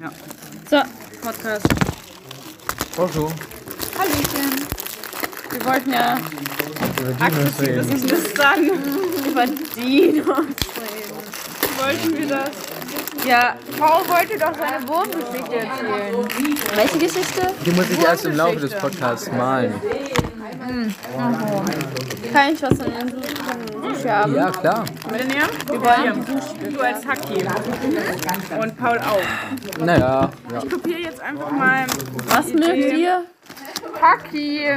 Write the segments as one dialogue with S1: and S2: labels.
S1: Ja,
S2: So,
S1: Podcast.
S3: Bonjour.
S1: Hallöchen.
S2: wir wollten ja
S3: Über die müssen wir reden.
S1: Bis dann.
S2: über Dinos reden.
S1: Wollten wir das?
S2: Ja,
S1: Paul wollte doch seine Wurmgeschichte erzählen.
S2: welche Geschichte?
S3: Die muss ich erst im Laufe des Podcasts malen.
S2: Mhm. Kann ich was von den Sushi haben?
S3: Ja, klar.
S1: Millennium? Wir wollen Du als Hacki. Und Paul auch.
S3: Naja. Ja.
S1: Ich kopiere jetzt einfach mal.
S2: Was mögt ihr?
S4: Hacki.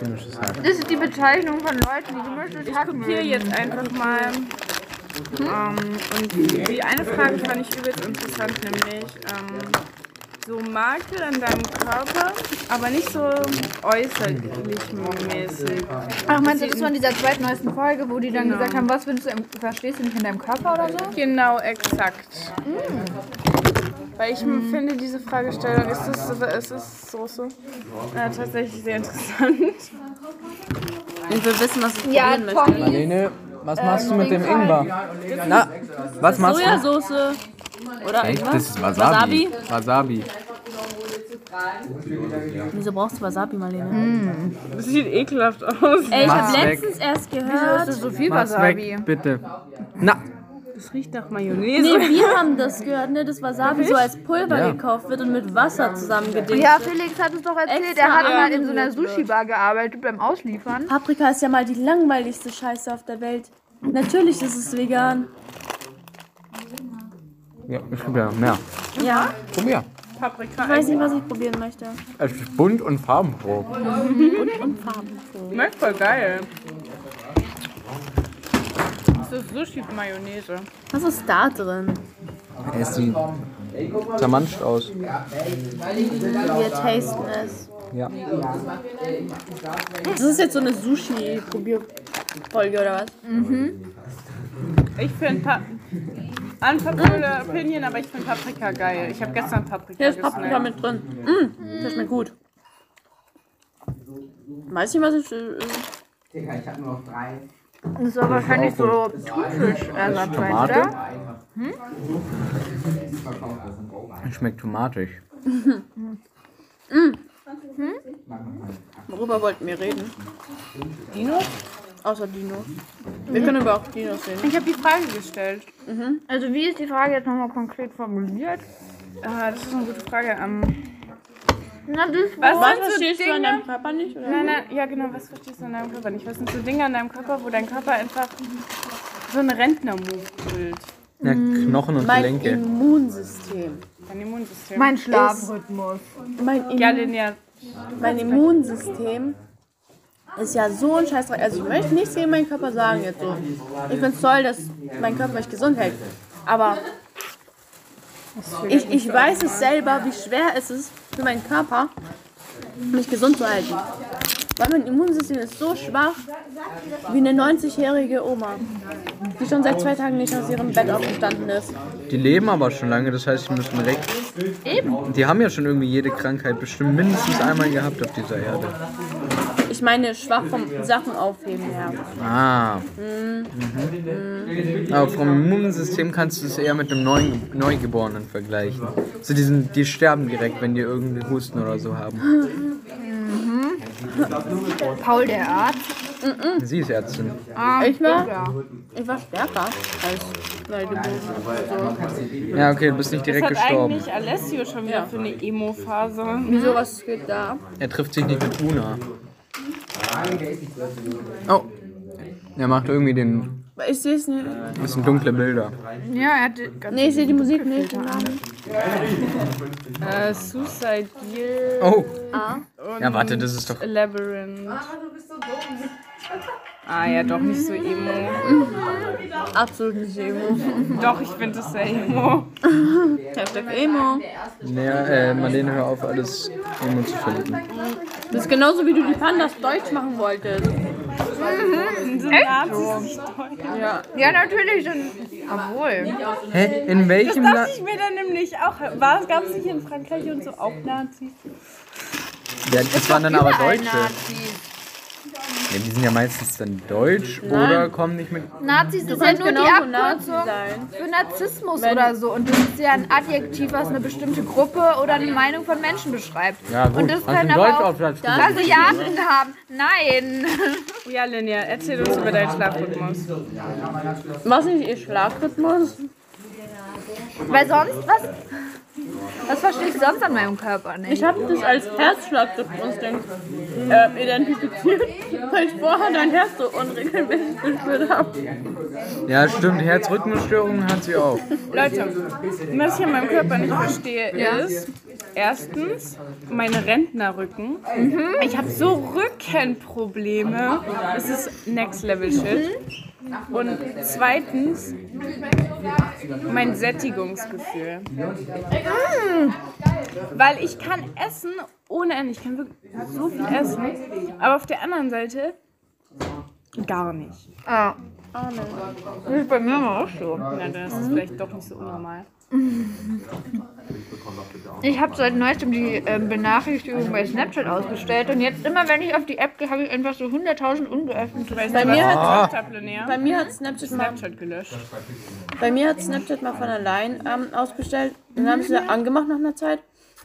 S3: Gemischtes Hack.
S4: Das ist die Bezeichnung von Leuten, die gemischtes Hack
S1: Kopiere
S4: mögen.
S1: jetzt einfach mal. Ähm, und die eine Frage fand ich übelst interessant, nämlich ähm, so Makel an deinem Körper, aber nicht so äußerlich mäßig.
S4: Ach, meinst du, das war in dieser zweitneuesten Folge, wo die dann gesagt haben, was findest du, im, verstehst du nicht in deinem Körper oder so?
S1: Genau, exakt. Weil ich finde, diese Fragestellung ist es, ist es Soße äh, tatsächlich sehr interessant.
S2: Und wir wissen, was ich
S4: Ja,
S2: probieren möchte.
S4: Tommy.
S3: Marlene, was machst du mit dem Ingwer? Na, was machst du?
S2: Sojasauce oder
S3: Echt?
S2: irgendwas?
S3: Das ist Wasabi. Wasabi.
S2: Wieso brauchst du Wasabi,
S4: Mhm.
S2: Marlene?
S1: Das sieht ekelhaft aus.
S2: Ey, ich
S3: Mach's
S2: habe
S3: weg.
S2: letztens erst gehört.
S4: So viel
S3: Mach's
S4: Wasabi.
S3: weg, bitte. Na,
S1: Das riecht nach Mayonnaise.
S2: Nee, wir haben das gehört, ne? Das Wasabi so als Pulver
S3: Ja.
S2: gekauft wird und mit Wasser zusammengedingt.
S4: Ja, Felix hat es doch erzählt,
S2: Extra
S4: er hat mal in
S2: angerührt
S4: so einer Sushi-Bar gearbeitet beim Ausliefern.
S2: Paprika ist ja mal die langweiligste Scheiße auf der Welt. Natürlich ist es vegan.
S3: ja, ich probiere mehr.
S2: Ja.
S3: Probier.
S1: Paprika.
S2: Ich weiß nicht, was ich probieren möchte.
S3: Es ist bunt und farbenfroh.
S1: Schmeckt voll geil. Das ist Sushi-Mayonnaise.
S2: Was ist da drin?
S3: Es sieht zermanscht aus.
S2: Wir tasten es.
S3: Ja.
S2: Das ist jetzt so eine Sushi-Probierfolge oder was?
S1: Ich finde pa unpopular opinion, aber ich finde Paprika geil. Ich habe gestern Paprika
S2: Hier ist
S1: geschmeckt.
S2: Paprika mit drin. Mm, das schmeckt gut. Weiß nicht, was ich. Äh,
S5: Digga, ich hab nur noch drei.
S4: Das war wahrscheinlich so also. Thunfischersatzweise, oder?
S3: Tomate. Hm? Schmeckt tomatisch.
S2: worüber wollten wir reden? Dinos? Außer Dinos. Wir können aber auch Dinos reden.
S1: Ich habe die Frage gestellt.
S4: Also wie ist die Frage jetzt nochmal konkret formuliert?
S1: Ah, das ist eine gute Frage. Ähm,
S4: Na, das
S1: was
S2: Was
S1: sind so
S2: verstehst du an
S1: Dinge,
S2: deinem Körper nicht? Oder?
S1: Nein, nein, ja genau, was verstehst du an deinem Körper nicht? Was sind so Dinge an deinem Körper, wo dein Körper einfach so einen Rentner-Move bildet?
S3: Ja, Knochen und
S2: Mein
S3: Gelenke.
S2: Immunsystem.
S1: Dein Immunsystem.
S4: mein Schlafrhythmus.
S2: Mein, Im
S1: ja, Linnea,
S2: mein Immunsystem ist ja so ein Scheißdreck. Also ich möchte nichts gegen meinen Körper sagen jetzt so. Ich finde es toll, dass mein Körper mich gesund hält. Aber ich, ich weiß es selber, wie schwer es ist für meinen Körper, mich gesund zu halten. Weil mein Immunsystem ist so schwach wie eine 90-jährige Oma, die schon seit zwei Tagen nicht aus ihrem Bett aufgestanden ist.
S3: Die leben aber schon lange, das heißt, die müssen weg. Eben. Die haben ja schon irgendwie jede Krankheit bestimmt mindestens einmal gehabt auf dieser Erde.
S2: Ich meine, schwach vom Sachen aufheben her.
S3: Ah. Mhm. Aber vom Immunsystem kannst du es eher mit einem Neuen, Neugeborenen vergleichen. So diesen, die sterben direkt, wenn die irgendeinen Husten oder so haben.
S4: Paul der Arzt.
S3: Sie ist Ärztin.
S2: Ich war, ich war stärker als Neugeboren.
S3: Ja, okay, du bist nicht direkt
S1: hat
S3: gestorben.
S1: eigentlich Alessio schon wieder für eine Emo-Phase.
S2: Wieso was geht da?
S3: Er trifft sich nicht mit Una. Oh. Er macht irgendwie den.
S2: Ich sehe es nicht.
S3: Das sind dunkle Bilder.
S4: Ja, er hatte ganz
S2: Nee, ich sehe die Musik nicht.
S1: Äh, Suicide Deal
S3: Oh.
S1: und
S3: Ja, warte, das ist doch.
S1: Labyrinth. Ah ja, doch nicht so emo.
S2: Absolut nicht Emo.
S1: Doch, ich finde das sehr emo.
S2: Hashtag Emo.
S3: Naja, äh, Marlene, hör auf, alles Emo zu finden.
S2: Das ist genauso wie du die Pandas deutsch machen wolltest.
S1: Echt?
S2: Ja.
S4: Ja, natürlich. Dann, obwohl.
S3: Hä? In welchem
S1: Dachte
S3: Land?
S1: ich mir dann nämlich auch. Gab es nicht in Frankreich und so auch Nazis?
S3: Ja, das waren dann aber
S4: Überall
S3: Deutsche.
S4: Nazis.
S3: Ja, die sind ja meistens dann deutsch
S2: Nein.
S3: oder kommen nicht mit.
S4: Nazis ist ja
S2: kannst
S4: nur die
S2: genauso Nazi
S4: Genau, Abkürzung
S2: sein.
S4: für Narzissmus oder so. Und das ist ja ein Adjektiv, was eine bestimmte Gruppe oder eine Meinung von Menschen beschreibt.
S3: Ja, gut.
S4: Und das
S3: Hast du
S4: können
S3: einen
S4: aber auch
S3: Deutschaufsatz
S2: Das-
S3: gemacht?
S4: Asiaten haben. Nein.
S1: Ja, Linja, erzähl uns über deinen Schlafrhythmus.
S2: Was nicht ihr Schlafrhythmus?
S4: Weil sonst was? Was verstehe ich sonst an meinem Körper nicht?
S2: Ich habe das als Herzschlagrhythmus äh, identifiziert, weil ich vorher dein Herz so unregelmäßig gespürt habe.
S3: Ja, stimmt. Herzrhythmusstörungen hat sie auch.
S1: Leute, was ich an meinem Körper nicht verstehe, ist erstens mein Rentnerrücken. Ich habe so Rückenprobleme. Das ist Next Level Shit. Und zweitens mein Sättigungsgefühl. Weil ich kann essen ohne Ende. Ich kann wirklich so viel essen. Aber auf der anderen Seite gar nicht.
S4: Ah.
S1: Das ist bei mir aber auch so. Na, dann ist es vielleicht doch nicht so unnormal.
S4: Ich habe seit neuestem die ähm, Benachrichtigung bei Snapchat ausgestellt und jetzt immer, wenn ich auf die App gehe, habe ich einfach so 100.000 ungeöffnete.
S1: Weißt
S2: Bei
S1: du, was
S2: mir
S1: ich
S2: hat-
S1: gemacht hab, Linnea?
S2: Bei mir hat Snapchat mal,
S1: Snapchat gelöscht.
S2: bei mir hat Snapchat mal von allein ähm, ausgestellt. Dann habe ich sie wieder angemacht nach einer Zeit.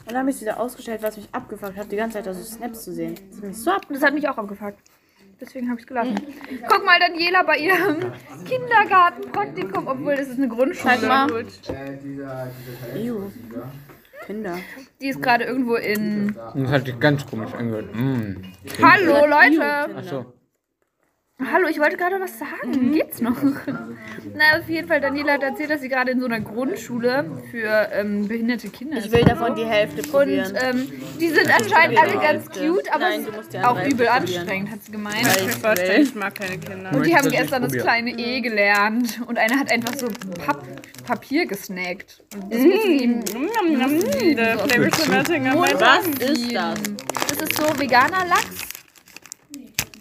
S2: Dann habe ich sie wieder ausgestellt, was mich abgefuckt hat, die ganze Zeit da so Snaps zu sehen. Das hat mich so ab.
S4: Das hat mich auch abgefuckt. Deswegen habe ich es gelassen. Guck mal, Daniela bei ihrem Kindergartenpraktikum, obwohl das ist eine
S2: Zeig
S4: Grundschule.
S2: mal.
S5: Äh, dieser, dieser
S2: Ew. Kinder.
S4: Die ist gerade irgendwo in.
S3: Und das hat sich ganz komisch angehört. Mm.
S4: Hallo Leute!
S3: Achso.
S4: Hallo, ich wollte gerade was sagen. Geht's noch? Na, auf jeden Fall, Daniela hat erzählt, dass sie gerade in so einer Grundschule für ähm, behinderte Kinder ist.
S2: Ich will davon die Hälfte
S4: Und
S2: probieren.
S4: ähm, die sind anscheinend alle ganz cute, aber
S2: Nein,
S4: es
S2: du musst die
S4: ist
S2: andere
S4: auch übel
S2: Hälfte probieren.
S4: anstrengend, hat sie gemeint.
S2: Weil
S1: Ich
S2: ich
S1: verstehe,
S2: will.
S1: ich mag keine Kinder.
S4: Die haben
S3: Möchtest du
S4: gestern das
S3: probieren?
S4: kleine
S2: Mhm.
S4: E gelernt und einer hat einfach so Papp Papier gesnackt. Und das mussten die
S2: Mhm.
S4: ihm
S1: Nom, nom, nom, Der Flavor Schmettinger meint
S2: Was ist das?
S4: Das ist so veganer Lachs.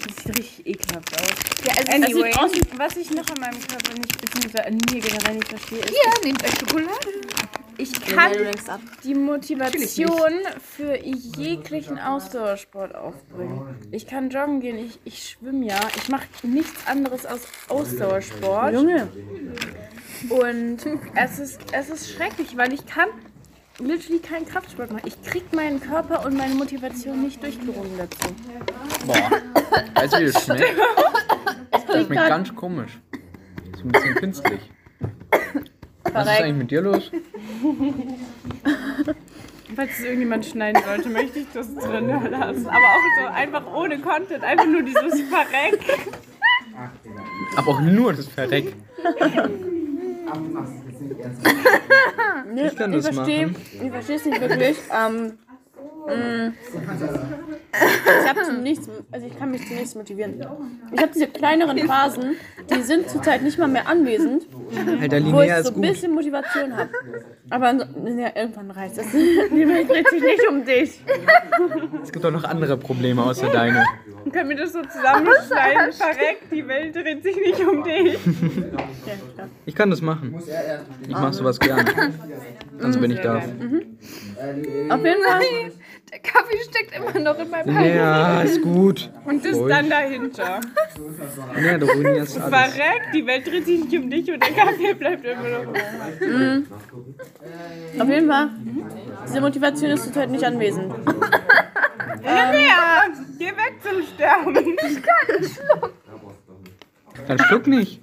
S1: Das sieht richtig ekelhaft aus.
S4: Ja, also es ist
S1: Anyway,
S2: sieht aus
S1: was ich noch an meinem Körper nicht, beziehungsweise an mir generell nicht verstehe, ist,
S4: hier, nehmt euch Schokolade.
S1: ich
S2: Kann
S1: kann
S2: ab.
S1: die Motivation für jeglichen Ausdauersport aufbringen. Ich kann joggen gehen, ich, ich schwimme ja, ich mache nichts anderes aus Ausdauersport.
S2: Junge,
S1: Und es ist, es ist schrecklich, weil ich kann literally keinen Kraftsport machen. Ich krieg meinen Körper und meine Motivation nicht durchgerungen dazu.
S3: Boah. Weißt du, wie das schmeckt? Das schmeckt ganz komisch. Ist ein bisschen künstlich. Was ist eigentlich mit dir los?
S1: Falls es irgendjemand schneiden sollte, möchte ich das drin lassen. Aber auch so einfach ohne Content, einfach nur dieses Verreck.
S3: Aber auch nur das Verreck.
S5: Ach, du machst es jetzt nicht erst.
S2: nee, ich,
S3: kann das
S2: verstehe,
S3: machen.
S2: ich verstehe es nicht wirklich. Ähm, mh, ich habe zu nichts, also ich kann mich zu nichts motivieren. Ich habe diese kleineren Phasen, die sind zurzeit nicht mal mehr anwesend,
S3: Alter,
S2: wo ich
S3: Linnea
S2: so
S3: ist
S2: ein
S3: gut.
S2: bisschen Motivation habe. Aber anso- ja, irgendwann reicht es. Die Welt dreht sich nicht um dich.
S3: Es gibt auch noch andere Probleme außer deine.
S1: Können wir das so zusammenschneiden? Verreck, die Welt dreht sich nicht um dich.
S3: Ich kann das machen. Ich mach sowas gerne. Sonst bin ich da.
S2: Auf jeden Fall.
S4: Der Kaffee steckt immer noch in meinem Hals.
S3: Linnea ist gut.
S1: Und das
S3: Ruhig.
S1: dann dahinter.
S3: Linnea, du ruinierst alles.
S1: Verreck, die Welt dreht sich nicht um dich und der Kaffee bleibt immer noch.
S2: Auf jeden Fall. Diese Motivation ist zurzeit nicht anwesend.
S1: Ja, geh weg zum Sterben.
S3: Dann schluck nicht.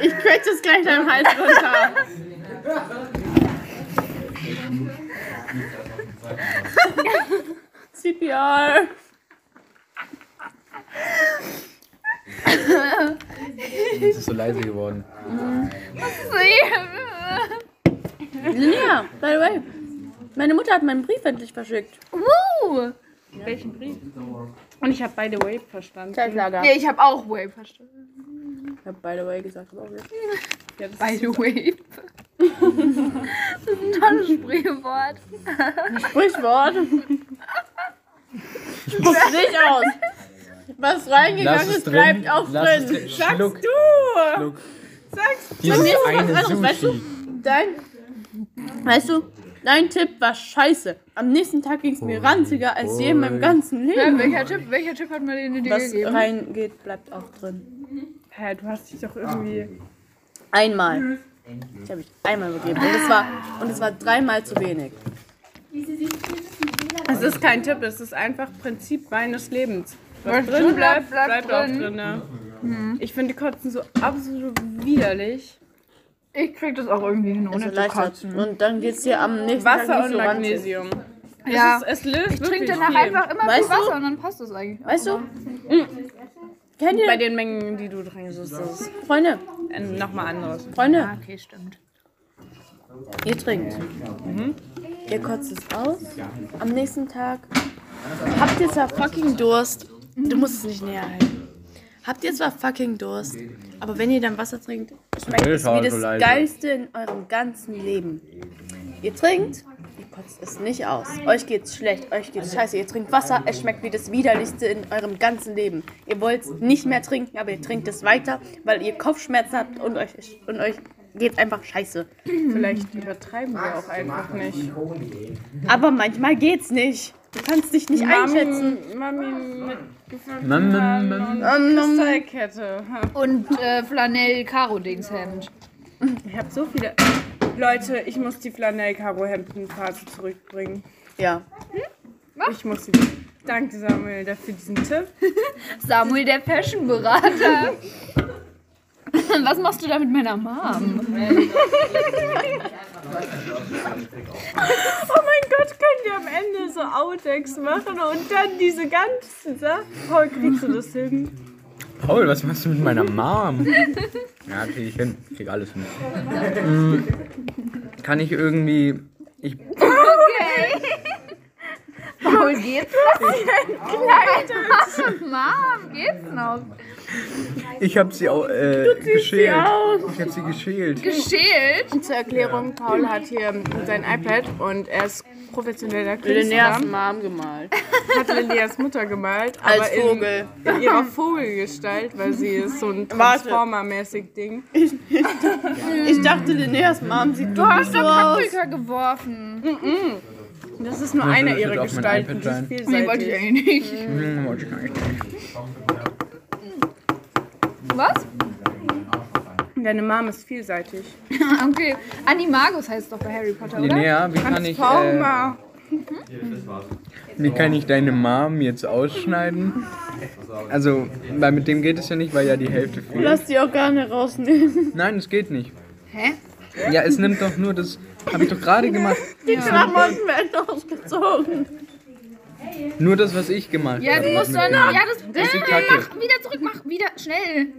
S2: Ich quetsche es gleich deinem Hals runter. CPR.
S3: Es ist so leise geworden.
S2: Linnea, by the way, meine Mutter hat meinen Brief endlich verschickt.
S4: Woo!
S1: Welchen Brief? Und ich habe by the way verstanden.
S2: Zeltlager.
S4: Nee, ich habe auch Wave verstanden.
S2: Ich habe by the way gesagt. aber okay.
S1: Ja, das
S4: By the way. Das ist ein tolles Sprichwort.
S2: Sprichwort. Spuck's nicht aus. Was reingegangen ist, bleibt auch
S3: Lass es
S2: drin.
S3: Schluck.
S1: du!
S3: Schluck.
S1: Sagst
S3: Dieses
S2: Bei mir ist was
S3: eine
S2: anderes, weißt du?
S3: Sushi.
S2: Dein. Weißt du, Dein Tipp war scheiße. Am nächsten Tag ging es mir ranziger als je in meinem ganzen
S4: Ja,
S2: Leben.
S4: welcher, Tipp, welcher Tipp hat Marlene dir
S2: Was
S4: gegeben?
S2: reingeht, bleibt auch drin.
S1: Hä, du hast dich doch irgendwie.
S2: Einmal. Ich habe ich einmal gegeben. Und es war, und es war dreimal zu wenig.
S1: Es ist kein Tipp, es ist einfach Prinzip reines Lebens.
S4: Was
S1: Was drin bleibt,
S4: bleibt
S1: bleibt,
S4: drin.
S1: auch drin. Ne? Ich finde die Kotzen so absolut widerlich.
S4: Ich krieg das auch irgendwie hin, ohne
S2: Also
S4: zu
S2: leichter.
S4: kotzen.
S2: Und dann geht es dir am nächsten Tag
S4: halt
S1: Wasser
S2: nicht
S1: und
S2: so ranzig.
S1: Magnesium.
S4: Ja.
S1: Es, ist, es löst
S4: Ich trinke
S1: wirklich
S4: danach
S1: viel.
S4: einfach immer
S2: Weißt
S4: viel
S2: du?
S4: Wasser und dann passt das eigentlich.
S2: Weißt du? Mm. Kennt
S1: Bei
S2: ihr,
S1: den Mengen, die du trinkst, ist das
S2: Freunde,
S4: Äh,
S1: nochmal anderes.
S2: Freunde,
S4: Ah, Okay, stimmt. Mhm.
S2: ihr trinkt. Ihr kotzt es aus. Am nächsten Tag habt ihr zwar fucking Durst. Du musst es nicht näher halten. Habt ihr zwar fucking Durst, aber wenn ihr dann Wasser trinkt, schmeckt es wie
S3: Alter,
S2: das
S3: so leise.
S2: Geilste in eurem ganzen Leben. Ihr trinkt, ihr kotzt es nicht aus. Euch geht's schlecht, euch geht's scheiße. Ihr trinkt Wasser, es schmeckt wie das widerlichste in eurem ganzen Leben. Ihr wollt's nicht mehr trinken, aber ihr trinkt es weiter, weil ihr Kopfschmerzen habt und euch, und euch geht's einfach scheiße.
S1: Vielleicht übertreiben wir auch einfach nicht.
S2: Aber manchmal geht's nicht. Du kannst dich nicht einschätzen.
S1: Mami, Mami mit
S3: Mam,
S1: gefangenen
S3: mam,
S1: Haaren
S3: mam.
S1: und
S2: Ähm, ähm,
S1: Kristallkette. Ha.
S4: Und äh, Flanell-Karo-Dingshemd.
S1: Ich habe so viele. Leute, ich muss die Flanell-Karo-Hemden-Phase zurückbringen.
S2: Ja.
S1: Ich muss sie. Danke, Samuel, dafür diesen Tipp.
S4: Samuel, der Fashion-Berater. Was machst du da mit meiner Mom?
S1: Oh mein Gott, können wir am Ende so Outtakes machen und dann diese ganzen Sachen. Paul, kriegst du das hin?
S3: Paul, was machst du mit meiner Mom? ja, krieg ich hin. Krieg alles hin. Mm, Kann ich irgendwie. Ich,
S4: Paul, geht's noch? Nein, Mom, geht's noch?
S3: ich hab sie auch äh, geschält. Ich hab sie geschält.
S4: Geschält?
S1: Zur Erklärung, Paul hat hier ähm, sein iPad und er ist professioneller
S2: Linneas
S1: Künstler.
S2: Mom gemalt.
S1: Hat Linneas Mutter gemalt, aber
S2: Als
S1: in-
S2: Vogel.
S1: in ihrer Vogelgestalt, weil sie ist so ein
S2: Warte.
S1: Transformer-mäßig Ding.
S2: Ich dachte, Linneas Mom sieht du hast so aus.
S4: Paprika geworfen.
S1: Das ist nur
S3: Ja,
S1: eine
S3: das wird
S1: ihrer
S3: auf mein
S1: Gestalten.
S3: iPad
S1: die ist
S3: sein.
S1: vielseitig.
S4: Nee, wollte ich eigentlich nicht.
S3: Hm, wollte ich gar nicht.
S4: Was?
S1: Deine Mom ist vielseitig.
S4: Ah, Okay. Animagus heißt doch bei Harry Potter, oder?
S3: Linnea, wie kann, ich, äh,
S1: Transformer.
S3: wie kann ich deine Mom jetzt ausschneiden? Also, weil mit dem geht es ja nicht, weil ja die Hälfte fehlt.
S2: Lass die Organe rausnehmen.
S3: Nein, es geht nicht.
S4: Hä?
S3: Ja, es nimmt doch nur das. Habe ich doch gerade gemacht.
S2: Die Klamotten werden ausgezogen.
S3: Nur das, was ich gemacht
S4: Ja,
S3: habe.
S4: du musst dann. Ja, das.
S3: ist die
S4: Äh,
S3: Kacke.
S4: mach wieder zurück, mach wieder schnell.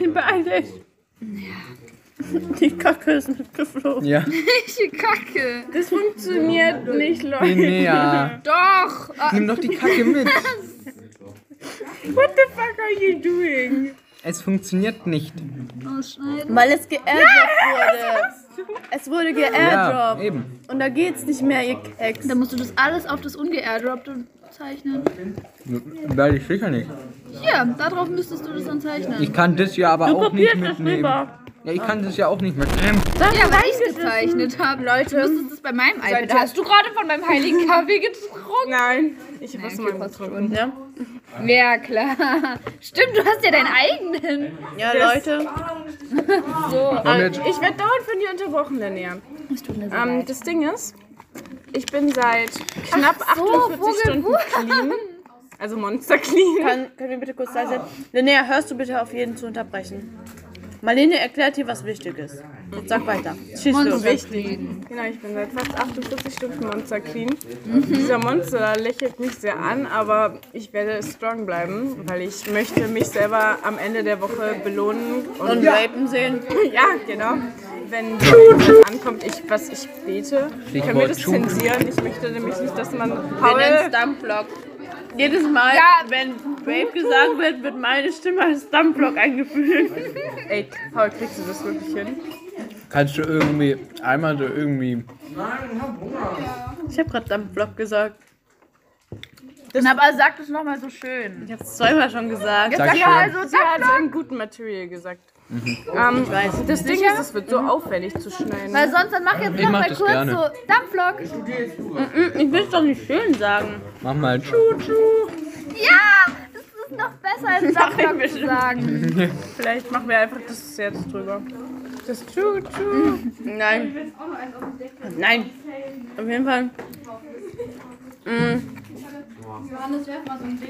S2: Schnell, beeil dich. Die Kacke ist mitgeflogen.
S3: Ja,
S4: Welche Kacke.
S1: Das funktioniert nicht, Leute.
S3: Linnea.
S4: Doch. Ah,
S3: Nimm doch die Kacke mit.
S1: What the fuck are you doing?
S3: Es funktioniert nicht.
S4: ausschneiden.
S2: Weil es geairdroppt wurde. Es wurde
S3: Ja,
S2: geairdroppt.
S3: eben.
S2: Und da geht's nicht mehr, ihr Keks.
S4: Dann musst du das alles auf das Ungeairdroppte zeichnen.
S3: Werde ich sicher nicht.
S4: Hier, darauf müsstest du das dann zeichnen.
S3: Ich kann das ja aber auch nicht
S2: Papiertest
S3: mitnehmen.
S2: rüber.
S3: Ja, ich kann das ja auch nicht mitnehmen.
S4: ja, weil ich es gezeichnet habe. Leute, du müsstest es bei meinem iPad. Hast du gerade von meinem heiligen Kaffee getrunken?
S1: Nein, ich habe was
S4: okay,
S1: mal
S4: passt
S1: getrunken.
S2: Ja,
S4: Ja, klar. Stimmt, du hast ja deinen eigenen.
S2: ja Leute.
S3: Wollen wir jetzt-
S1: Ähm, Ich werde dauernd von dir unterbrochen, Linnea.
S4: Es tut mir so
S1: Ähm, das Ding ist, ich bin seit knapp
S4: so,
S1: 48
S4: Vogel-
S1: Stunden clean. Also Monster clean.
S2: Kann, können wir bitte kurz da sein? Linnea, hörst du bitte auf jeden zu unterbrechen? Marlene erklärt dir, was wichtig ist. Und sag weiter. Schieß los.
S4: wichtig.
S1: Genau, ich bin seit fast 48 Stunden Monster clean. Dieser Monster lächelt mich sehr an, aber ich werde strong bleiben, weil ich möchte mich selber am Ende der Woche belohnen. Und
S2: Und Welpen sehen.
S1: ja, genau. Wenn das ankommt, ich, was ich bete. Können wir
S3: Stichwort
S1: das
S3: Tschu.
S1: zensieren? Ich möchte nämlich nicht, dass man
S2: Wir nennen
S1: Paul
S2: es Dampflok. Jedes Mal,
S4: Ja.
S2: wenn Vape gesagt wird, wird meine Stimme als Dampflok eingefühlt.
S1: Ey, Paul, kriegst du das wirklich hin?
S3: Kannst du irgendwie einmal so irgendwie.
S2: Ich habe gerade Dampflok gesagt.
S4: Aber sag das nochmal so schön.
S2: Ich habe es zweimal schon gesagt.
S3: Sag
S4: Ja,
S3: schön.
S4: also
S1: Sie hat einen guten Material gesagt. Ähm, das Ding ist, es wird so auffällig zu schneiden.
S4: Weil sonst, dann mach jetzt
S3: Ich
S4: noch
S3: mach
S4: mal
S3: das
S4: kurz
S3: gerne.
S4: so Dampflok.
S2: Ich will es doch nicht schön sagen.
S1: also,
S3: Mach mal Tschu-Tschu.
S4: Ja, das ist noch besser als Dampflok zu sagen.
S1: Vielleicht machen wir einfach das jetzt drüber. Das Tschu Tschu.
S2: Nein. Nein. Auf jeden Fall. Mm.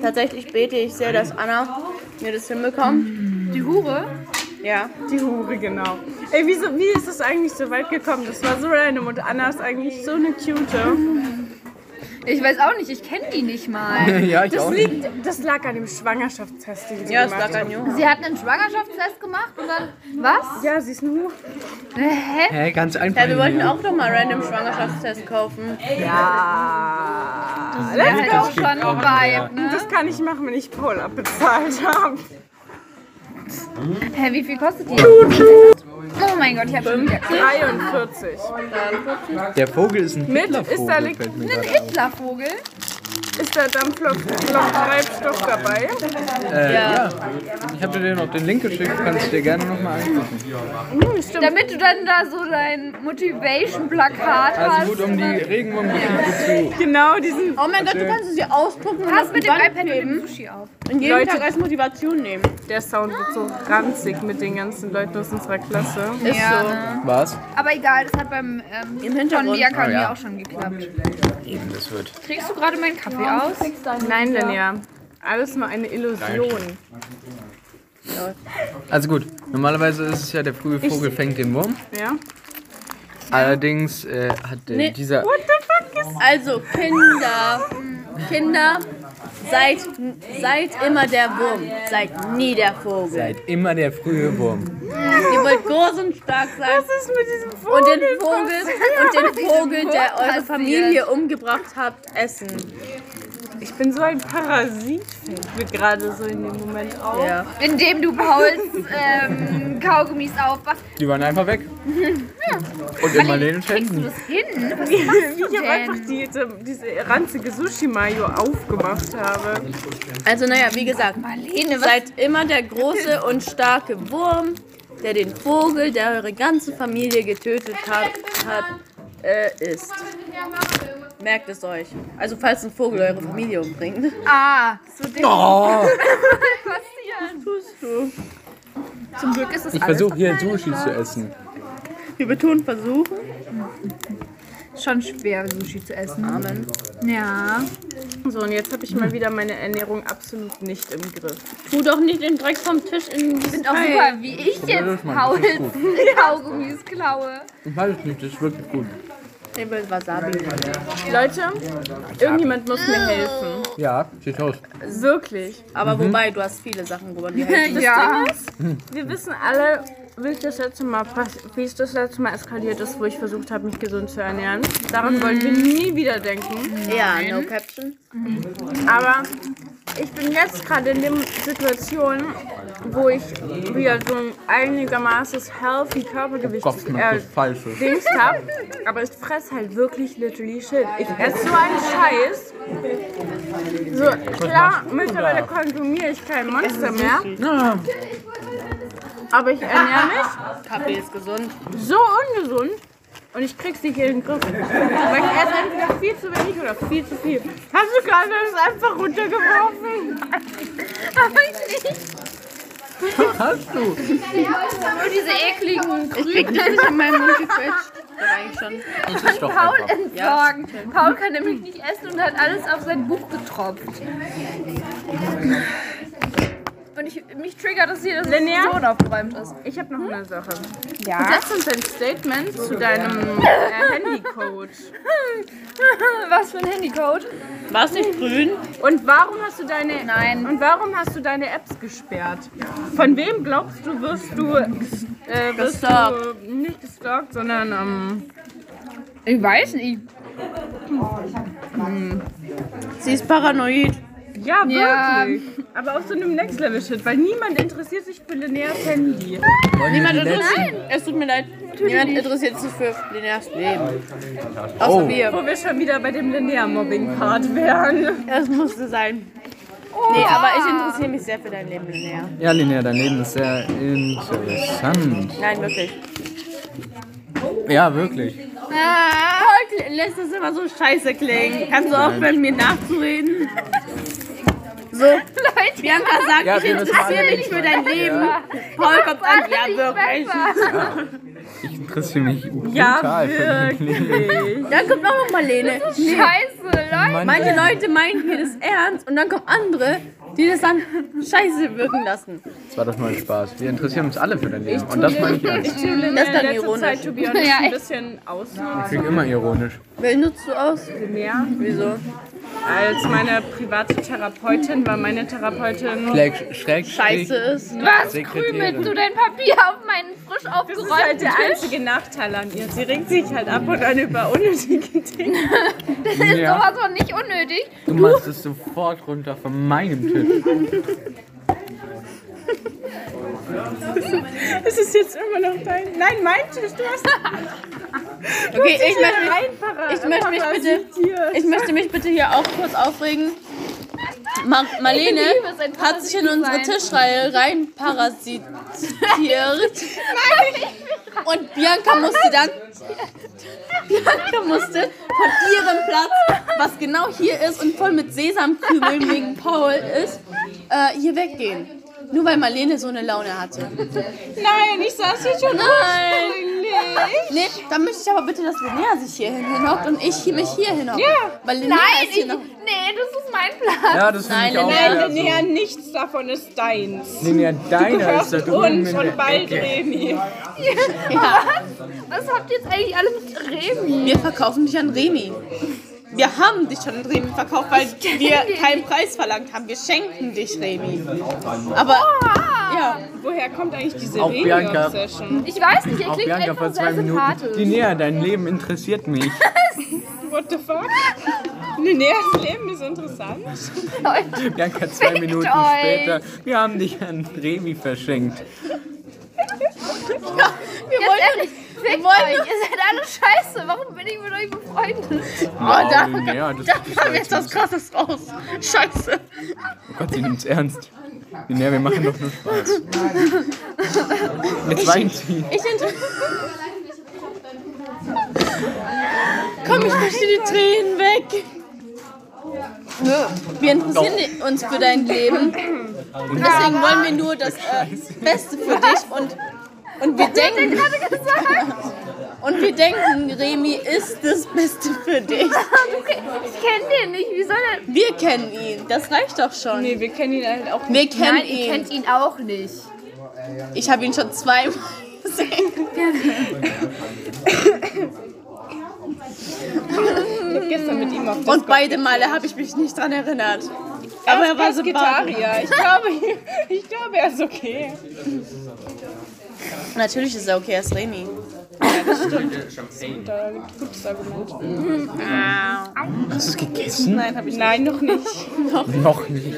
S2: Tatsächlich bete ich sehr, dass Anna mir das hinbekommt.
S4: Die Hure?
S2: Ja.
S1: Die Hure, genau. Ey, wieso, wie ist das eigentlich so weit gekommen? Das war so random und Anna ist eigentlich so eine Cute.
S4: Ich weiß auch nicht, ich kenne die nicht mal.
S3: Ja, ich auch
S1: Das,
S3: nicht.
S1: liegt, das lag an dem Schwangerschaftstest, den sie
S2: Ja, es
S1: gemacht
S2: lag
S1: hat.
S2: an Johann.
S4: Sie hat einen Schwangerschaftstest gemacht und dann. Was?
S1: Ja, sie ist eine Hure.
S4: Hä?
S3: Hä, ganz einfach.
S2: Ja, Also, wir wollten
S3: hier.
S2: auch doch mal random Schwangerschaftstest kaufen.
S1: Ja.
S4: Ja, halt auch schon
S3: geht auch
S4: Vibe,
S3: nicht
S4: ne?
S1: Das kann ich machen, wenn ich Paula bezahlt habe.
S4: Hä, wie viel kostet die? Oh mein Gott, ich hab schon wieder.
S1: 43.
S3: Der Vogel ist ein
S1: Mit
S3: Hitlervogel,
S1: ist da liegt-
S3: fällt mir
S4: Ein
S3: gerade auf.
S4: Hitlervogel?
S1: Ist der Dampflok-Treibstoff dabei?
S3: Äh, ja. Ich habe dir den auf den Link geschickt, kannst du dir gerne nochmal angucken.
S4: Damit du dann da so dein Motivation-Plakat hast.
S3: Also gut, um die Regenwurmgeschichte zu...
S1: Genau, diesen.
S2: Oh mein Gott, du kannst es ja ausdrucken und
S4: Pass
S2: auf die
S4: mit dem
S2: Wand
S4: iPad und
S2: kleben.
S4: dem Sushi auf.
S2: Und jeden
S1: Leute-
S2: Tag als Motivation nehmen.
S1: Der Sound wird so ranzig mit den ganzen Leuten aus unserer Klasse.
S2: Ist
S4: Ja,
S2: so.
S4: ne?
S3: Was?
S4: Aber egal, das hat beim ähm,
S2: Im Hintergrund.
S4: von Bianca
S3: Oh,
S4: und
S3: ja.
S4: mir auch schon geklappt.
S3: Eben, das wird.
S4: Kriegst du gerade meinen Kaffee aus?
S1: Nein, denn ja. Alles nur eine Illusion.
S3: Also gut, normalerweise ist es ja, der frühe Vogel fängt den Wurm.
S1: Ja?
S3: Allerdings äh, hat äh,
S2: Nee.
S3: dieser...
S2: Also, Kinder. Kinder, seid, seid immer der Wurm. Seid nie der Vogel.
S3: Seid immer der frühe Wurm.
S2: Ihr wollt groß und stark sein.
S1: Was ist mit diesem Vogel?
S2: Und den Vogel, und den Vogel, der eure
S4: passiert?
S2: Familie umgebracht habt, essen.
S1: Ich bin so ein Parasit, fällt mir gerade so in dem Moment auf.
S2: Ja.
S4: Indem du Pauls ähm, Kaugummis aufwachst.
S3: Die waren einfach weg. Und in Marlene
S4: Kriegst du
S3: Schenken.
S4: das hin? Was machst du
S1: Ich habe einfach
S4: denn?
S1: diese, diese ranzige Sushi-Mayo aufgemacht habe.
S2: Also, naja, wie gesagt,
S4: Marlene, was?
S2: seid immer der große und starke Wurm, der den Vogel, der eure ganze Familie getötet hat, hat äh, isst. Merkt es euch. Also, falls ein Vogel eure Familie umbringt.
S4: Ah, so dick.
S3: Oh,
S4: passieren.
S2: Tust du.
S4: Zum Glück ist es
S3: ich
S4: alles
S3: versuche hier Sushi zu essen.
S2: Wir betonen versuchen.
S4: schon schwer, Sushi zu essen. Amen. Ja.
S1: So, und jetzt habe ich mal wieder meine Ernährung absolut nicht im Griff.
S2: Tu doch nicht den Dreck vom Tisch in
S4: Sind auch super, wie ich jetzt
S3: das mal,
S4: Pauls
S3: das ist
S4: Kaugummis klaue.
S3: Ich weiß es nicht, das ist wirklich gut.
S2: Nebel Wasabi.
S1: Leute, irgendjemand muss mir helfen.
S3: Ja, sieht aus.
S1: Wirklich.
S2: Aber
S3: Mhm.
S2: wobei, du hast viele Sachen, Robert. Die helfen.
S4: Ja.
S1: Wir wissen alle, wie es das letzte Mal, pass- wie es das letzte Mal eskaliert ist, wo ich versucht habe, mich gesund zu ernähren. Daran wollen wir nie wieder denken.
S2: ja, no caption.
S1: Aber ich bin jetzt gerade in der Situation, wo ich wieder so ein einigermaßen healthy Körpergewicht
S3: Kopf macht
S1: äh,
S3: das Falsche.
S1: Dings habe. Aber ich fresse halt wirklich literally shit. Ich esse so einen Scheiß. So, klar, mittlerweile konsumiere ich kein Monster mehr.
S3: Ah,
S1: Aber ich ernähre mich
S2: Kaffee ist gesund.
S1: so ungesund und ich krieg's nicht in den Griff. Weil ich esse entweder viel zu wenig oder viel zu viel. Hast du gerade das einfach runtergeworfen?
S4: Aber ich nicht.
S3: hast du?
S4: Nur diese ekligen
S2: Ich krieg dich nicht in meinen Mund gequetscht. Doch, Eigentlich schon.
S3: Das ist doch
S4: Paul
S3: einfach.
S4: entsorgen. Paul kann nämlich nicht essen und hat alles auf sein Buch getropft. Und ich, mich triggert das hier, dass
S1: Linnea?
S4: es so unaufgeräumt ist.
S1: Ich habe noch eine Sache. Ja. Setz uns ein Statement zu deinem äh, Handycode.
S4: Was für ein Handycode?
S2: War es nicht grün?
S1: Und warum hast du deine
S4: Nein.
S1: und warum hast du deine Apps gesperrt? Von wem glaubst du wirst du äh, wirst du
S2: Gestalkt.
S1: nicht gestalkt, sondern ähm,
S4: Ich weiß nicht.
S2: Sie ist paranoid.
S1: ja
S4: Ja.
S1: wirklich. Aber auf so einem Next Level Shit, weil niemand interessiert sich für Linneas Handy.
S2: Niemand interessiert Es tut mir leid. Niemand interessiert sich für Lineas Leben. Außer
S3: Oh.
S2: wir.
S1: Wo wir schon wieder bei dem Linnea Mobbing Part wären.
S2: Das musste sein. Nee, aber
S4: Oh,
S2: ich interessiere mich sehr für dein Leben, Linnea.
S3: Ja, Linnea, dein Leben ist sehr interessant.
S2: Nein, wirklich.
S3: Ja, wirklich.
S2: Paul Ah, lässt das immer so scheiße klingen. Kannst du aufhören, mir nachzureden? So, Leute, Bianca sagt,
S3: Ja,
S2: ich
S3: wir müssen
S2: interessiere
S3: alle
S2: mich für dein Leben. Paul kommt an, ja, wirklich.
S3: Ich interessiere mich brutal
S2: Ja,
S3: für dein Leben.
S2: Dann kommt auch noch Marlene.
S4: Scheiße, Leute.
S2: Manche Leute meinen hier das ernst und dann kommen andere, die das dann scheiße wirken lassen.
S3: Das war doch nur ein Spaß. Wir interessieren uns alle für dein Leben. Und das meine ich ernst.
S1: Ich tue
S2: Das ist
S1: in
S2: dann
S1: letzter
S2: ironisch.
S1: Äh, Zeit, to be honest,
S4: Ja,
S1: ein
S4: echt.
S1: bisschen aus
S3: Ich klinge immer ironisch.
S2: Wer nutzt du aus?
S1: mehr
S2: Wieso?
S1: als meine private Therapeutin, weil meine Therapeutin
S3: Schräg, schräg,
S2: Scheiße ist.
S4: Was
S3: Sekretärin.
S4: krümelst du dein Papier auf meinen
S1: Das
S4: frisch
S1: ist halt
S4: aufgeräumten
S1: der
S4: Tisch?
S1: einzige Nachteil an ihr. Sie regt sich halt ab und an über unnötige Dinge.
S4: Das ist
S3: Ja.
S4: sowas von nicht unnötig.
S3: Du machst es sofort runter von meinem Tisch.
S1: Das ist jetzt immer noch dein. Nein, mein Tisch, du hast
S2: Okay, ich möchte
S1: einfacher.
S2: mich, ich möchte mich bitte.
S1: Hier.
S2: Ich möchte mich bitte hier auch kurz aufregen. Mar Marlene
S4: Ich liebe es, ein
S2: hat sich in unsere
S4: Parasit
S2: Tischreihe rein parasitiert. Und Bianca musste dann. Bianca musste von ihrem Platz, was genau hier ist und voll mit Sesamkrümeln wegen Paul ist, äh, hier weggehen. Nur weil Marlene so eine Laune hatte.
S1: Nein, ich saß hier schon.
S2: Nein! Nee, dann möchte ich aber bitte, dass Linnea sich hier hinhockt und ich mich hier hinhocke. Ja! Weil Linnea
S4: Nein,
S2: ist
S4: ich,
S2: hier noch.
S4: nee, das ist mein Plan.
S3: Ja, das finde
S2: Nein,
S3: ich auch
S2: Linnea,
S3: fair.
S1: Linnea, nichts davon ist deins.
S3: Linnea, deiner ist da
S1: Hörst
S3: drüben
S1: uns
S3: in
S1: und
S3: der
S1: bald
S3: Ecke.
S1: Remi.
S4: Was habt ihr jetzt eigentlich alle mit Remi?
S2: Wir verkaufen dich an Remi. Wir haben dich schon an Remi verkauft, weil wir keinen Preis verlangt haben. Wir schenken dich Remi. Aber ja,
S1: Woher kommt eigentlich diese
S3: Auch Bianca.
S1: Remi-Obsession?
S4: Ich weiß nicht, ihr
S3: Auch
S4: klingt
S3: Bianca vor
S4: einfach
S3: zwei
S4: sehr
S3: Minuten.
S4: sympathisch.
S3: Linnea, dein Leben interessiert mich.
S1: What the fuck? Linneas Leben ist interessant.
S4: Leute,
S3: Bianca, zwei
S4: Fickt
S3: Minuten
S4: euch.
S3: später. Wir haben dich an Remi verschenkt.
S4: ganz ehrlich, fickt euch. Ihr seid alle scheiße. Warum bin ich mit euch befreundet?
S2: Oh,
S3: Wow, Linnea, das, das war jetzt was krass.
S2: krasses raus. Scheiße.
S3: Oh Gott, sie nimmt's ernst. Linnea, wir machen doch nur Spaß. Jetzt weint sie.
S2: Ich inter Komm, ich möchte die Tränen weg. Wir interessieren di- uns für dein Leben. Und deswegen wollen wir nur das äh, Beste für dich. Und, und wir denken. Und wir denken, Remi ist das Beste für dich.
S4: Okay, ich kenne den nicht. Wie soll der...
S2: Wir kennen ihn. Das reicht doch schon.
S1: Nee, wir kennen ihn halt auch
S2: Wir kennen
S4: Nein, ihr
S2: ihn.
S4: kennt ihn auch nicht.
S2: Ich habe ihn schon zweimal gesehen.
S1: gestern mit ihm auf
S2: Und beide Male habe ich mich nicht dran erinnert.
S1: Aber
S2: er war so
S1: Vegetarier. Ich glaube, ich glaube, er ist okay.
S2: Natürlich ist er okay, er ist Remi.
S1: Da gutes Argument.
S3: Hast du es gegessen?
S1: Nein, habe ich Nein, noch nicht.
S3: Noch nicht.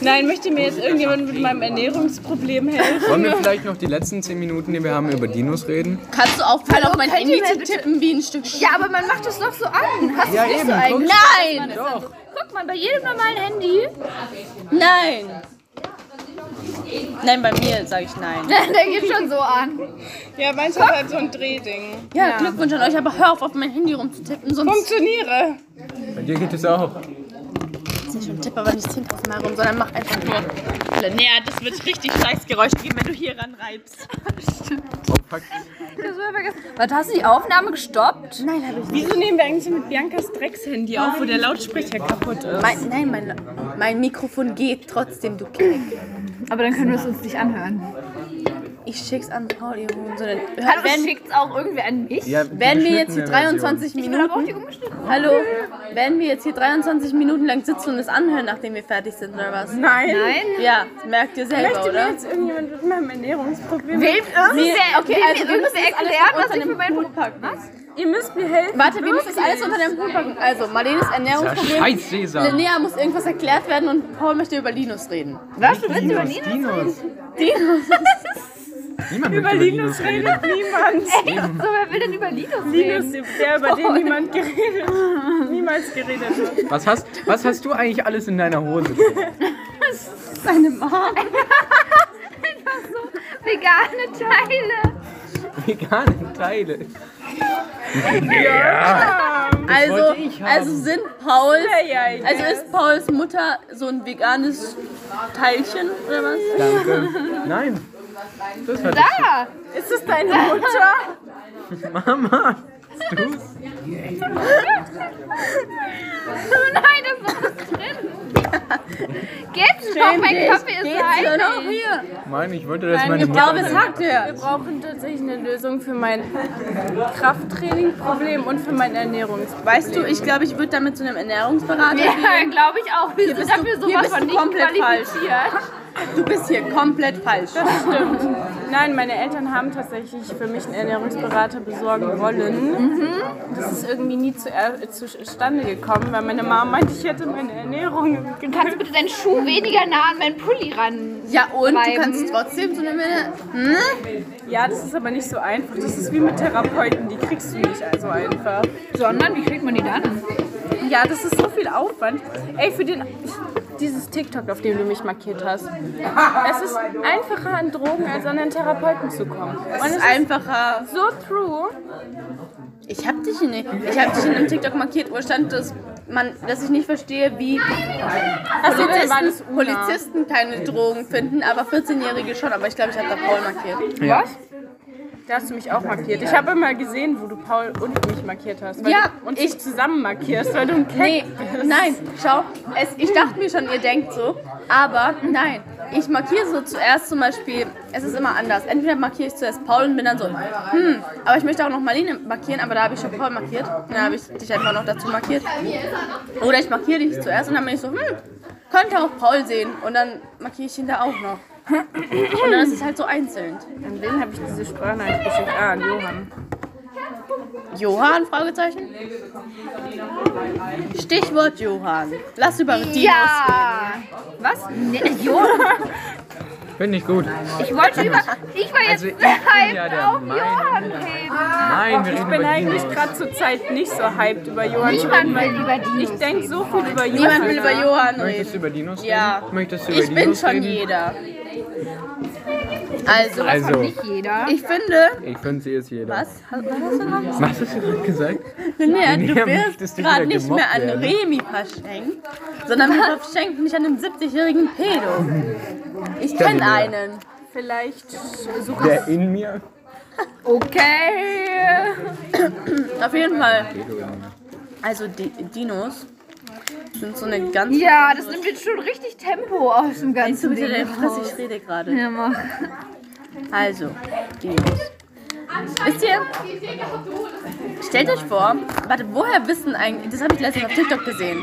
S1: Nein, möchte mir jetzt irgendjemand mit meinem Ernährungsproblem helfen?
S3: Wollen wir vielleicht noch die letzten zehn Minuten, die wir haben, über Dinos reden?
S2: Kannst du aufhören, auf mein
S4: könnt
S2: Handy
S4: ihr
S2: zu
S4: mir bitte-
S2: tippen wie ein Stück Sch
S4: Ja, aber man macht das doch so an. Hast
S3: Ja,
S4: du nicht
S3: eben,
S4: so eigentlich?
S2: Nein!
S4: Guck mal, bei jedem normalen Handy.
S2: Nein! Nein, bei mir sage ich nein.
S4: der geht schon so an.
S1: Ja, meinst du das ist halt so ein Drehding?
S2: Ja, Glückwunsch an euch, aber hör auf, auf mein Handy rumzutippen, sonst
S1: Funktioniere!
S3: Bei dir geht es auch.
S2: nicht und tippe aber nicht 10.000 Mal rum, sondern mach einfach nur. Linnea, das wird richtig scheiß Geräusch geben, wenn du hier ranreibst.
S3: Oh, fuck.
S4: Was, hast du die Aufnahme gestoppt?
S2: Nein, habe ich nicht.
S1: Wieso nehmen wir eigentlich so mit Biancas Dreckshandy auf, wo der Lautsprecher kaputt ist?
S2: Mein, nein, mein, mein Mikrofon geht trotzdem, du Klick.
S4: Aber dann können wir es uns nicht anhören.
S2: Ich schick's an Paul, ihr Hurensohn.
S4: Hallo,
S2: Wenn,
S4: schickt auch irgendwer an mich?
S3: Ja,
S2: wenn wir jetzt hier
S3: geschnittene Version.
S2: 23
S4: Oder braucht ihr
S2: Minuten.
S4: umgeschnitten?
S2: Hallo, wenn wir jetzt hier 23 Minuten lang sitzen und es anhören, nachdem wir fertig sind, oder was?
S1: Nein!
S4: Nein.
S2: Ja, merkt ihr selber,
S1: Möchte mir
S2: oder?
S1: jetzt irgendjemand mit meinem Ernährungsproblem
S4: Wem irgendwer,
S2: okay,
S4: okay,
S2: also
S4: also
S2: wir müssen
S4: irgendwer
S2: das
S4: erklären,
S2: alles unter
S4: was ich
S2: einem
S4: für meinen
S2: Hut
S4: Problem Was?
S1: Ihr müsst mir helfen.
S2: Warte, wir müssen das alles unter dem Hut packen. Also, Marlenes
S3: Ja,
S2: Ernährungsproblem.
S3: scheiß Sesam.
S2: Linnea muss irgendwas erklärt werden und Paul möchte über Linus reden.
S4: Was? Du willst über
S3: Dinos,
S4: Nina?
S3: Dinos. Niemand
S1: Über
S3: möchte
S1: Linus redet niemand.
S4: So, wer will denn über Linus
S1: Linus,
S4: reden?
S1: der über den niemand geredet. niemals geredet wird.
S3: Was hast, was hast du eigentlich alles in deiner Hose? drin?
S2: Seine Mama.
S4: Vegane Teile.
S3: Vegane Teile. wollte ich
S2: Also,
S3: haben.
S2: also sind Pauls,
S1: Eieiei.
S2: also ist Pauls Mutter so ein veganes Teilchen oder was?
S3: Danke. Nein. Das hat
S4: Ah,
S1: Ist es deine Mutter?
S3: Mama. hast du's?
S4: nein, das ist alles drin. Geht's noch? Mein Kaffee ist
S2: Geht's noch
S4: heiß.
S2: hier?
S3: Nein, ich wollte, dass meine
S2: Ich
S3: Mutter...
S2: glaube, es hackt
S1: Wir
S2: er.
S1: brauchen tatsächlich eine Lösung für mein Krafttraining-Problem und für mein Ernährungsproblem.
S2: Weißt du, ich glaube, ich würde damit zu einem Ernährungsberater
S4: Ja,
S2: gehen.
S4: glaube ich auch. Wir sind
S2: bist du-
S4: dafür
S2: hier
S4: sowas
S2: bist du
S4: von nicht
S2: komplett falsch.
S4: qualifiziert.
S2: Du bist hier komplett falsch.
S1: Stimmt. Nein, meine Eltern haben tatsächlich für mich einen Ernährungsberater besorgen wollen. Das ist irgendwie nie zu, äh, zustande gekommen, weil meine Mama meinte, ich hätte meine Ernährung im Griff.
S4: Kannst du bitte deinen Schuh weniger nah an meinen Pulli ran?
S2: Ja, und du
S4: Beim-
S2: kannst trotzdem so eine Männer. Hm?
S1: Ja, das ist aber nicht so einfach. Das ist wie mit Therapeuten, die kriegst du nicht also einfach.
S4: Sondern, wie kriegt man die dann?
S1: Ja, das ist so viel Aufwand. Ey, für den. Dieses TikTok, auf dem du mich markiert hast. Es ist einfacher an Drogen als an einen Therapeuten zu kommen. Und
S2: Das
S1: es
S2: ist
S1: ist
S2: einfacher.
S1: so true.
S2: Ich hab dich in, ich hab dich in einem TikTok markiert, wo stand, dass, man, dass ich nicht verstehe, wie
S1: Also, dann war das
S2: Polizisten,
S1: Una.
S2: Polizisten keine Drogen finden, aber 14-Jährige schon. Aber ich glaube, ich habe da Paul markiert.
S3: Was?
S1: Da hast du mich auch markiert. Ich habe immer gesehen, wo du Paul und mich markiert hast. Weil
S2: Ja,
S1: du uns
S2: ich-
S1: zusammen markierst, weil du ein Keck
S2: Nee,
S1: bist.
S2: nein, schau, es, ich dachte mir schon, ihr denkt so, aber nein, ich markiere so zuerst zum Beispiel, es ist immer anders. Entweder markiere ich zuerst Paul und bin dann so, hm, aber ich möchte auch noch Marlene markieren, aber da habe ich schon Paul markiert. Dann habe ich dich einfach noch dazu markiert. Oder ich markiere dich zuerst und dann bin ich so, hm, könnte auch Paul sehen und dann markiere ich ihn da auch noch. Und dann ist es halt so einzeln.
S1: An wen habe ich diese Sprachnachricht geschickt? Ah, an Johann.
S2: Johann? Fragezeichen? Stichwort Johann. Lass über Dinos
S4: Ja. Was? Nee, jo,
S3: Finde ich gut.
S4: ich wollte über. Ich war jetzt
S3: Also, ich bin
S4: hyped
S3: ja der
S4: auf
S3: Meinung-
S4: Johann reden.
S3: Nein, wir
S1: Ich
S3: reden
S1: bin
S3: über
S1: eigentlich
S3: Dinos.
S1: gerade zur Zeit nicht so hyped über Johann. zu
S4: Niemand
S1: reden,
S4: will
S1: weil
S4: über die.
S1: Ich denke so viel über Johann.
S2: Niemand will über Johann
S3: Möchtest du
S2: reden.
S3: über Dinos reden?
S2: Ja.
S3: Möchtest du über
S2: Ich bin
S3: Dinos
S2: schon
S3: reden?
S2: jeder. Also,
S3: Also,
S4: Nicht jeder.
S2: ich finde.
S3: ich finde, sie ist jeder.
S2: Was? Was hast du gerade
S3: Was hast du gerade gesagt?
S2: Nee,
S3: Nee,
S2: du wirst
S3: möchtest du
S2: gerade
S3: wieder
S2: nicht
S3: gemobbt
S2: mehr an
S3: werden?
S2: Remi verschenkt, sondern du verschenkt mich an einen 70-jährigen Pedo. Ich
S3: Kenn ihn,
S2: kenne
S3: ja.
S2: einen.
S1: Vielleicht suche
S3: Der in mir?
S4: Okay.
S2: Auf jeden Fall. Also, Di- Dinos sind so eine ganz.
S4: Ja, das nimmt jetzt schon richtig Tempo aus dem
S2: Kannst du
S4: ganzen
S2: bitte deine
S4: Ding.
S2: Fresse, ich rede gerade.
S4: Ja, mach.
S2: Also, Dinos. Wisst ihr? Stellt euch vor, warte, woher wissen eigentlich, das habe ich letztens auf TikTok gesehen.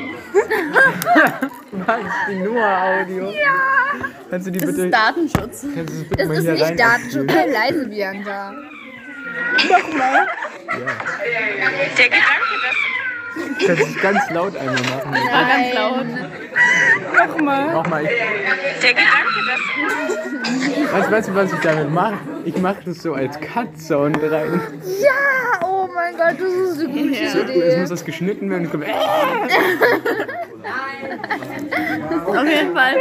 S3: Was? Die Noah-Audio? Ja. Kannst du die
S2: Das
S3: bitte...
S2: ist Datenschutz.
S3: kannst du das bitte
S4: Das
S3: mal
S4: ist
S3: hier
S4: nicht
S3: rein-
S4: Datenschutz. Bleib leise, Bianca.
S3: Kannst du das ganz laut einmal machen?
S2: War ganz laut.
S3: Nochmal. Ich... Weißt weißt du, was ich damit mache? Ich mache das so als Cut-Sound rein.
S4: Ja, oh mein Gott, das ist so gut.
S3: Jetzt muss das geschnitten werden. äh, und kommt-
S2: Auf jeden Fall.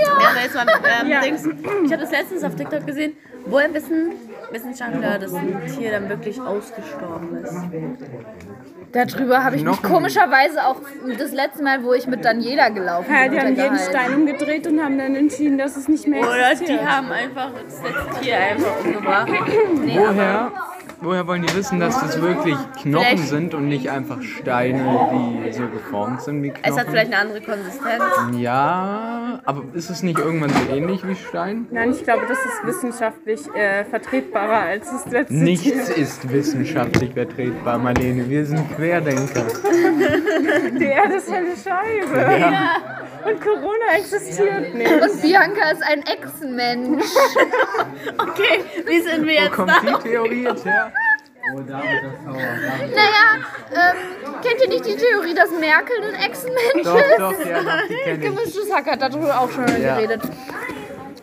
S2: Ja, aber jetzt mal, ähm, Dings. Ich habe das letztens auf TikTok gesehen. Woher wissen Wissenschaftler, dass ein Tier dann wirklich ausgestorben ist?
S4: Darüber habe ich mich
S3: Noch ein-
S4: komischerweise auch das letzte Mal, wo ich mit Daniela gelaufen
S1: Ja,
S4: bin,
S1: die haben jeden
S4: untergehalten.
S1: Stein umgedreht und haben dann entschieden, dass es nicht mehr
S2: Oder
S1: existiert.
S2: die haben einfach das letzte Tier einfach umgebracht. Nee,
S3: Woher, woher wollen die wissen, dass das wirklich Knochen
S2: Vielleicht-
S3: sind und nicht einfach Steine, die so geformt sind wie Knochen?
S2: Es hat vielleicht eine andere Konsistenz.
S3: Ja, aber ist es nicht irgendwann so ähnlich wie Stein?
S1: Nein, ich glaube, das ist wissenschaftlich äh, vertretbarer als das letzte Tier.
S3: Nichts ist wissenschaftlich vertretbar, Marlene. Wir sind Querdenker.
S1: Die Erde ist eine Scheibe. Und Corona existiert nicht.
S4: Und Bianca ist ein Echsenmensch.
S2: Okay, wie sind wir jetzt
S3: Kommt
S2: da?
S3: die Theorie jetzt her?
S4: Naja, ähm, kennt ihr nicht die Theorie, dass Merkel ein Echsenmensch
S3: Doch,
S4: ist?
S3: doch, ja, doch, die kenne ich.
S4: Gemischtes Hack hat darüber auch schon mal
S3: Ja.
S4: geredet.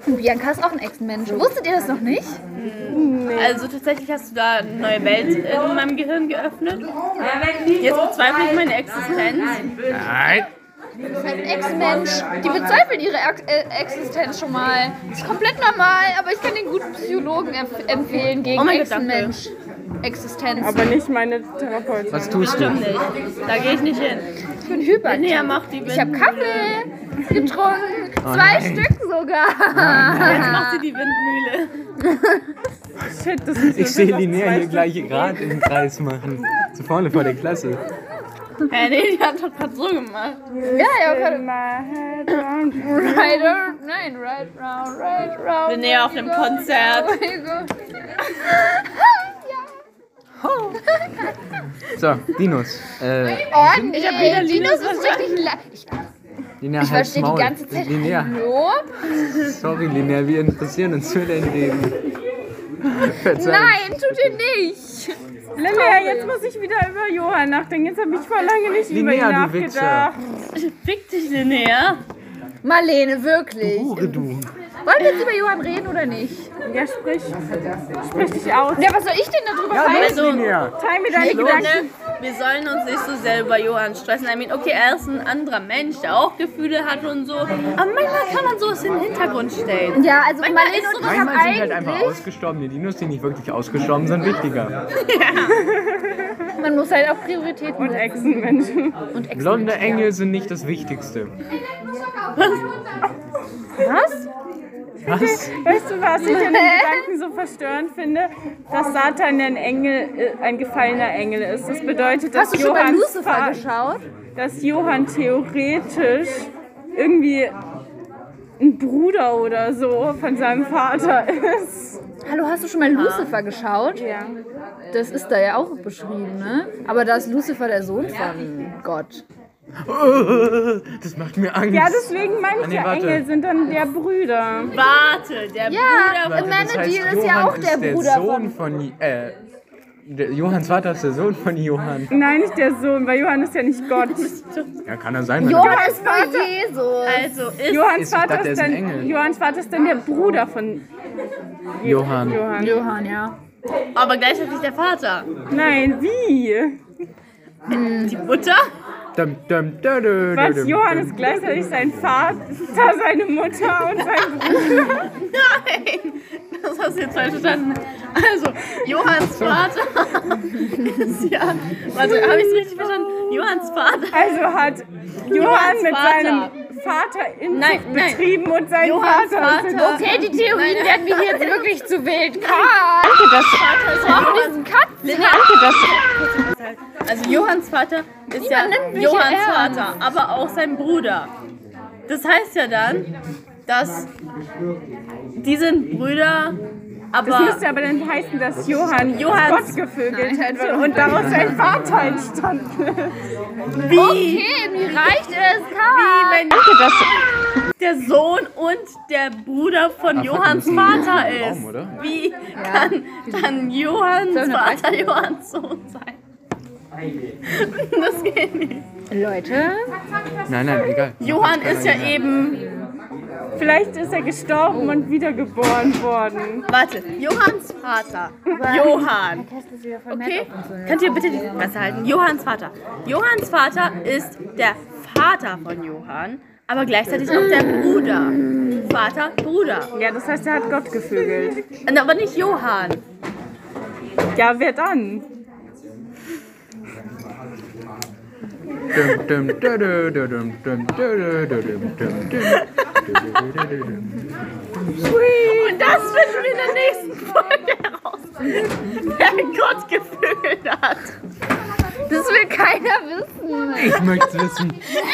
S4: Bianca ist auch ein Ex-Mensch. Wusstet ihr das noch nicht?
S2: Also tatsächlich hast du da eine neue Welt in meinem Gehirn geöffnet. Jetzt bezweifle ich meine Existenz.
S3: Nein!
S4: Ein Ex-Mensch. Die bezweifeln ihre Ex äh, Existenz schon mal. Ist komplett normal, aber ich kann den guten Psychologen empf empfehlen gegen
S2: Oh mein Gott, danke.
S4: Ex-Mensch. Existenz.
S1: Aber nicht meine Therapeutin.
S3: Was tust du?
S2: Stimmt nicht. Da gehe ich nicht hin.
S4: ich bin hyper.
S2: Nee, er macht die
S4: Ich habe
S2: Wind.
S4: Kaffee getrunken. Zwei
S3: Oh nein.
S4: Stück sogar.
S2: Jetzt macht sie die Windmühle.
S1: Shit, das ist
S6: Ich sehe Linnea hier gleich gerade im Kreis machen. So vorne vor der Klasse.
S2: Hä, nee, die hat doch gerade so gemacht.
S4: Ja, ja, okay.
S1: gerade.
S4: Right or, nein, right round, right round.
S2: Bin näher auf einem Konzert.
S4: Oh mein Gott.
S3: So, Dinos. Äh,
S4: Oh, nee. Ich
S2: hab wieder Linus
S4: ist wirklich la- Ich,
S3: Linnea,
S4: ich
S3: halt's
S4: verstehe die
S3: Maul.
S4: ganze Zeit.
S3: Linnea,
S4: Hallo?
S3: sorry, Linnea, wir interessieren uns für dein Leben. Verzeih.
S4: Nein, tut ihr nicht.
S1: Linnea, jetzt muss ich wieder über Johann nachdenken. Jetzt habe ich vor lange nicht über ihn
S3: Linnea, du Wichser.
S1: nachgedacht.
S2: Fick dich, Linnea.
S4: Marlene, wirklich.
S3: Hure du.
S4: Wollen wir jetzt über Johann reden oder nicht?
S1: Ja, sprich. Sprich dich aus.
S4: Ja, was soll ich denn darüber
S3: Ja, los,
S2: Also-
S3: Linnea.
S1: Teil mir deine
S2: Ich
S1: Gedanken.
S2: finde, wir sollen uns nicht so sehr über Johann stressen. I mean, okay, er ist ein anderer Mensch, der auch Gefühle hat und so. Aber manchmal kann man sowas in den Hintergrund stellen.
S4: Ja, also
S2: Manchmal
S4: Marlene
S2: ist
S4: und
S2: so-
S4: ich haben
S2: manchmal
S6: Manchmal sind halt einfach
S4: eigentlich...
S6: ausgestorbene Dinos, die nicht wirklich ausgestorben sind, wichtiger.
S4: Man muss halt auch Prioritäten
S1: Und Echsenmenschen.
S6: Blonde Engel sind nicht das Wichtigste.
S4: Was?
S6: Was?
S1: Weißt du, was ich in den Gedanken so verstörend finde? Dass Satan ein Engel, äh, ein gefallener Engel ist. Das bedeutet, dass
S4: Hast du schon bei
S1: Johann,
S4: Lucifer geschaut?
S1: dass Johann theoretisch irgendwie ein Bruder oder so von seinem Vater ist.
S4: Hallo, hast du schon mal Lucifer geschaut?
S1: Ja.
S4: Das ist da ja auch beschrieben, ne? Aber da ist Lucifer der Sohn von Gott.
S6: Oh, Das macht mir Angst.
S1: Ja, deswegen meine ich
S6: Ah, nee,
S1: ja,
S6: warte.
S1: Engel sind dann der Brüder.
S2: Warte, der
S4: Ja,
S2: Bruder.
S6: das heißt,
S4: Amenadiel ist ja
S6: Johann
S4: auch der
S6: ist der
S4: Bruder
S6: Sohn
S4: von...
S6: von... I- äh, der Johanns Vater ist der Sohn von Johann.
S1: Nein, nicht der Sohn, weil Johann ist ja nicht Gott.
S6: Ja, kann er sein. wenn er-
S4: Johann ist von Jesus.
S2: Also ist
S1: Johanns
S6: Ist- ich
S1: Vater
S6: dachte, er
S1: ist
S6: ist ein
S1: dann,
S6: Engel.
S1: Johanns Vater ist dann der Bruder von
S6: Johann.
S1: Johann.
S4: Johann, ja.
S2: aber gleichzeitig der Vater.
S1: Nein, wie?
S2: Die Mutter?
S6: Dum, dum, dum, dum,
S1: Was?
S6: dum,
S1: Johann
S6: dum.
S1: ist gleichzeitig sein Vater, seine Mutter und sein Bruder.
S2: Nein, das hast du jetzt falsch verstanden. Also, Johanns Vater ist ja. Warte, habe ich es richtig verstanden? Johanns Vater.
S1: Also hat Johann
S2: Johanns
S1: mit
S2: Vater.
S1: seinem Vater in
S2: Nein, nein.
S1: betrieben und sein
S2: Johanns
S1: Vater. ist in-
S2: Vater.
S4: Okay, die Theorien werden mir jetzt wirklich zu wild. Karl! Auf diesen Katzen!
S2: Also, Johanns Vater ist ja
S4: Niemand nimmt mich
S2: Johanns
S4: ernst.
S2: Vater, aber auch sein Bruder. Das heißt ja dann, dass die sind Brüder,
S1: Das
S2: aber
S1: müsste aber dann heißen, dass Johann
S2: Johanns-
S1: Gott gevögelt hätte und daraus sein Vater entstanden ist.
S4: Okay, mir reicht es, Karl!
S2: der Sohn und der Bruder von Johanns Vater
S6: im
S2: ist.
S6: Raum, oder?
S2: Wie kann dann Johanns
S4: eine
S2: Vater Johanns Sohn sein? Das geht nicht.
S4: Leute,
S6: Nein, nein, egal.
S2: Johann ist ja eben.
S1: Vielleicht ist er gestorben und wiedergeboren worden.
S2: Warte, Johanns Vater. Johann. Okay? Könnt ihr bitte die Fresse halten? Johanns Vater. Johanns Vater ist der Vater von Johann, aber gleichzeitig auch der Bruder. Vater, Bruder.
S1: Ja, das heißt, er hat Gott gevögelt.
S2: Und Aber nicht Johann.
S1: Ja, wer dann?
S6: Dum, dum, dum, dum, dum, dum, dum, dum, dum, dum, dum, dum.
S2: Und das finden wir in der nächsten Folge heraus. Wer Gott gefühlt hat.
S4: das will keiner wissen.
S6: Ich möchte wissen.